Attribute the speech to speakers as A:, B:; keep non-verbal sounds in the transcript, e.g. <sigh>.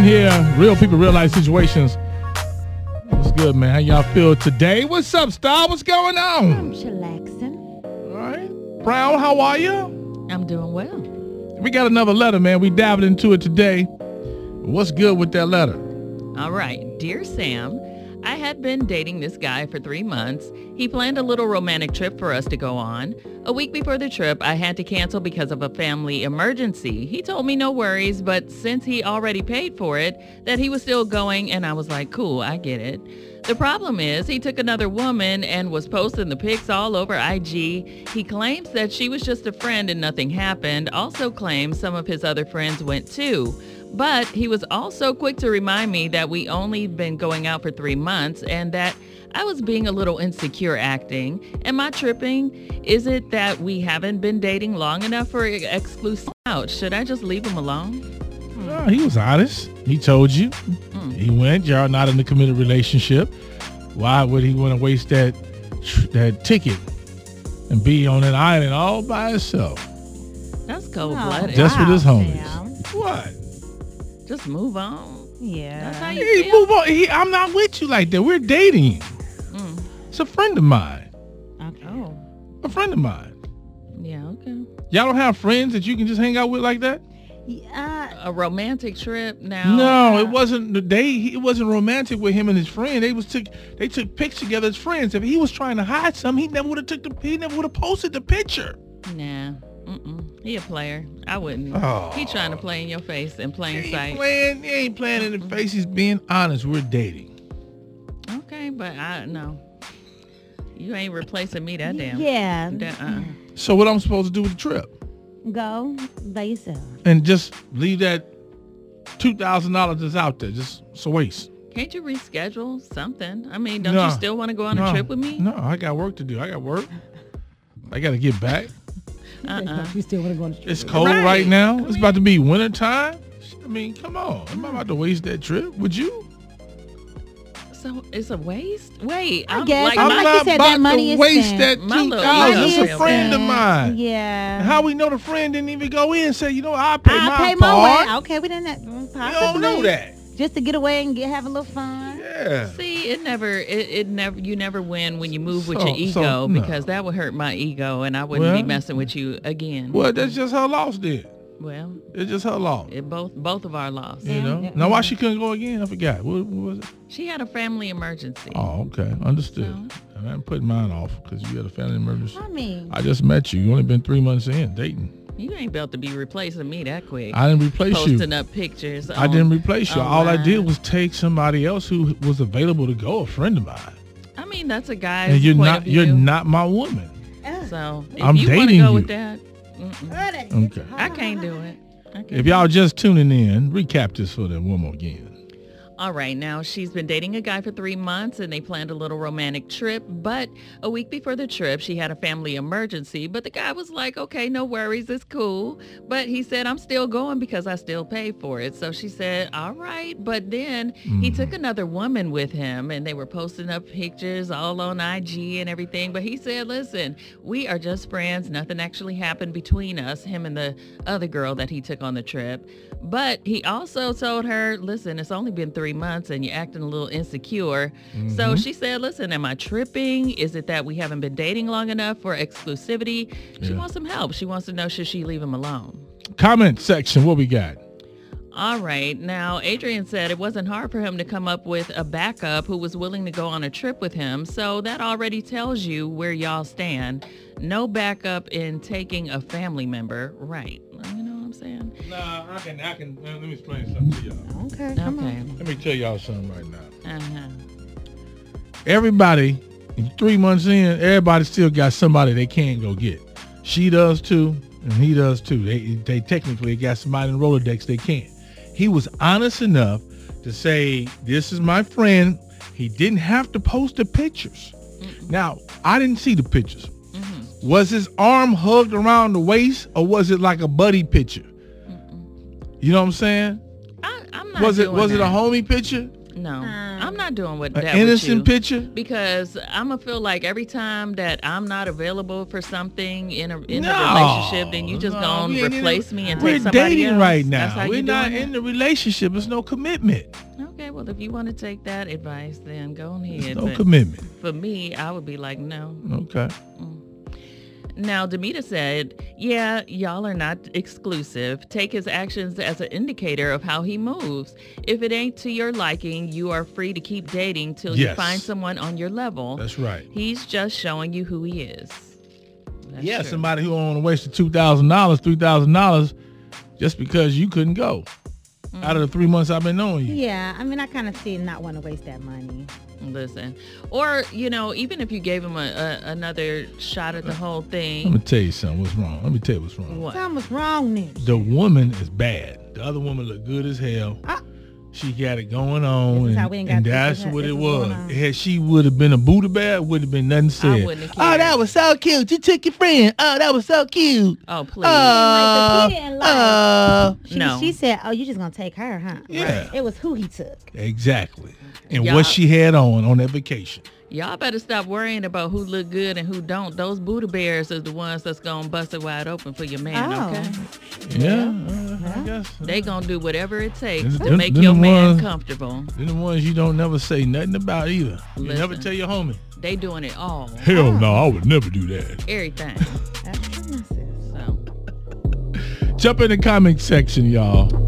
A: here, real people, real life situations. What's good, man? How y'all feel today? What's up, Star? What's going on?
B: I'm chillaxing.
A: All right, Brown, how are you?
B: I'm doing well.
A: We got another letter, man. We diving into it today. What's good with that letter?
B: All right. Dear Sam, I had been dating this guy for three months. He planned a little romantic trip for us to go on. A week before the trip, I had to cancel because of a family emergency. He told me no worries, but since he already paid for it, that he was still going, and I was like, cool, I get it. The problem is, he took another woman and was posting the pics all over IG. He claims that she was just a friend and nothing happened, also claims some of his other friends went too. But he was also quick to remind me that we only been going out for three months and that I was being a little insecure acting. Am I tripping? Is it that we haven't been dating long enough for an exclusive out? Should I just leave him alone?
A: Nah, Uh, he was honest. He told you. He went. Y'all not in a committed relationship. Why would he want to waste that tr- that ticket and be on an island all by himself?
B: That's cold blooded.
A: Oh, Just with his
C: Wow,
A: homies.
C: Sam.
A: What?
B: Just move on.
C: Yeah.
B: That's how you
A: He
B: feel.
A: move on. He, I'm not with you like that. We're dating.
B: Mm.
A: It's a friend of mine.
C: Okay.
B: Oh,
A: A friend of mine.
B: yeah, okay.
A: Y'all don't have friends that you can just hang out with like that?
C: Yeah.
B: A romantic trip now.
A: No, it wasn't. the They he- it wasn't romantic with him and his friend. They was took they took pics together as friends. If he was trying to hide something, he never would have took the he never would have posted the picture.
B: Nah. Mm-mm. He a player. I wouldn't.
A: Oh.
B: He trying to play in your face in
A: He
B: plain
A: ain't
B: sight.
A: playing. He ain't playing in the face. He's being honest. We're dating.
B: Okay, but I no. You ain't replacing me that damn.
C: Yeah.
B: That, uh,
A: So what I'm supposed to do with the trip?
C: Go by yourself.
A: And just leave that two thousand dollars that's out there. Just it's a waste.
B: can't you reschedule something? I mean, don't
A: No.
B: you still want to go on a
A: No.
B: trip with me?
A: No, I got work to do. I got work. I got to get back.
B: Uh-uh.
C: You still want to go on the
A: It's cold right,
B: Right.
A: now.
B: I
A: it's
B: mean-
A: about to be winter time. I mean, come on. Am I about to waste that trip? Would you?
B: So it's a waste. Wait,
C: I
B: I'm
C: guess.
B: like,
C: I'm
B: my,
C: not- you said, that money
A: to
C: is
A: waste
C: spent.
A: that
B: My
A: two
B: little
A: dollars.
B: money
A: It's Oh, a
B: is
A: friend of
B: spent.
A: mine.
C: Yeah.
A: How we know the friend didn't even go in? and Say, you know, I pay
C: I
A: my
C: pay
A: part.
C: my way. Okay, we didn't have, mm,
A: We
C: possibly.
A: don't know that.
C: Just to get away and get have a little fun.
A: Yeah.
B: <laughs> see, it never, it, it never, you never win when you move with
A: So-
B: your
A: so,
B: ego
A: no.
B: because that would hurt my ego and I wouldn't
A: Well-
B: be messing with you again.
A: Well, that's just her loss. Then
B: Well,
A: it's just her loss.
B: it both both of our loss.
A: You know.
C: Yeah.
A: Now why she couldn't go again? I forgot. What, what was it?
B: She had a family emergency.
A: Oh, okay, understood. And I'm putting mine off because you had a family emergency.
C: I mean,
A: I just met you. You only been three months in dating.
B: You ain't about to be replacing me that quick.
A: I didn't replace you.
B: Posting up pictures.
A: I
B: on-
A: didn't replace you.
B: oh,
A: All I
B: my.
A: did was take somebody else who was available to go, a friend of mine.
B: I mean, that's a guy's
A: And you're
B: point
A: not
B: of
A: you're
B: view.
A: not my woman.
C: ugh,
B: So if
A: I'm
B: you want to
A: dating
B: go
A: you.
B: with that, mm-mm.
C: ugh, that-
A: Okay.
B: I can't do it. I can't.
A: If y'all just tuning in, recap this for them one more again.
B: All right, now she's been dating a guy for three months and they planned a little romantic trip. But a week before the trip, she had a family emergency. But the guy was like, okay, no worries, it's cool. But he said, I'm still going because I still pay for it. So she said, all right. But then he took another woman with him and they were posting up pictures all on IG and everything. But he said, listen, we are just friends. Nothing actually happened between us, him and the other girl that he took on the trip. But he also told her, listen, it's only been three months and you're acting a little insecure. So she said, listen, am I tripping? Is it that we haven't been dating long enough for exclusivity? She
A: Yeah.
B: wants some help. She wants to know, should she leave him alone?
A: Comment section, what we got?
B: All right. Now, Adrian said it wasn't hard for him to come up with a backup who was willing to go on a trip with him. So that already tells you where y'all stand. No backup in taking a family member. Right. You know what I'm saying?
A: Nah, I can I can uh, let me explain something to y'all.
C: Okay, come
B: Okay.
C: on.
A: Let me tell y'all something right now.
B: Uh-huh.
A: Everybody, three months in, everybody still got somebody they can go get. She does too, and he does too. They they technically got somebody in Rolodex they can't. He was honest enough to say, this is my friend. He didn't have to post the pictures. Now, I didn't see the pictures.
B: Mm-hmm.
A: Was his arm hugged around the waist or was it like a buddy picture? You know what I'm saying?
B: I, I'm not
A: was it
B: doing
A: was it a
B: that.
A: homie picture?
B: No, I'm not doing what
A: An
B: that
A: innocent
B: with you.
A: picture?
B: because I'm gonna feel like every time that I'm not available for something in a in
A: No,
B: a relationship, then you just
A: no, we
B: gonna
A: ain't in a-
B: replace me and
A: We're
B: take somebody
A: dating
B: else.
A: right
B: That's
A: now.
B: how
A: We're
B: you
A: not
B: doing
A: in the relationship. It's no commitment.
B: it? Okay, well if you want to take that advice, then go on
A: It's
B: ahead.
A: no
B: But
A: commitment.
B: for me, I would be like, no.
A: Okay.
B: Now, Demita said, Yeah, y'all are not exclusive. Take his actions as an indicator of how he moves. If it ain't to your liking, you are free to keep dating till you
A: Yes.
B: find someone on your level.
A: That's right.
B: He's just showing you who he is. That's
A: yeah,
B: true.
A: somebody who don't want to waste two thousand dollars, three thousand dollars, just because you couldn't go.
B: Mm.
A: Out of the three months I've been knowing you,
C: Yeah, I mean, I kind of see not want to waste that money.
B: Listen. Or, you know, even if you gave him a, a, another shot at the
A: Uh,
B: whole
A: let
B: thing.
A: me tell you something. What's wrong? Let me tell you what's wrong. <laughs>
B: What?
C: Something was wrong there.
A: The woman is bad. The other woman looked good as hell.
C: Ah.
A: She got it going on,
C: This is
A: and,
C: how we ain't
A: and
C: got-
A: that's
C: this is how-
A: what
C: this
A: it
C: is going
A: was.
C: on.
A: Had she would have been a Buddha bear, would have been nothing said.
B: wouldn't have
A: oh,
B: cared.
A: that was so cute. You took your friend. Oh, that was so cute.
B: Oh, please.
A: Oh,
C: Like the kid in life.
A: oh.
C: She,
B: No.
C: she said, "Oh, you just gonna take her, huh?"
A: Yeah.
C: Right. It was who he took.
A: Exactly. And
B: Y'all-
A: what she had on on that vacation.
B: Y'all better stop worrying about who look good and who don't. Those Buddha bears is the ones that's gonna bust it wide open for your man,
C: Oh.
B: okay?
A: Yeah,
C: Uh-huh.
A: uh, I guess.
B: They gonna do whatever it takes
A: Them-
B: to
A: them-
B: make
A: them
B: your man
A: ones-
B: comfortable.
A: They're the ones you don't never say nothing about either. You never
B: Listen.
A: tell your homie.
B: They doing
A: <laughs>
B: it all,
A: Hell no, I would never do that.
B: everything.
C: That's what I said.
B: So.
A: Jump in the comment section, y'all.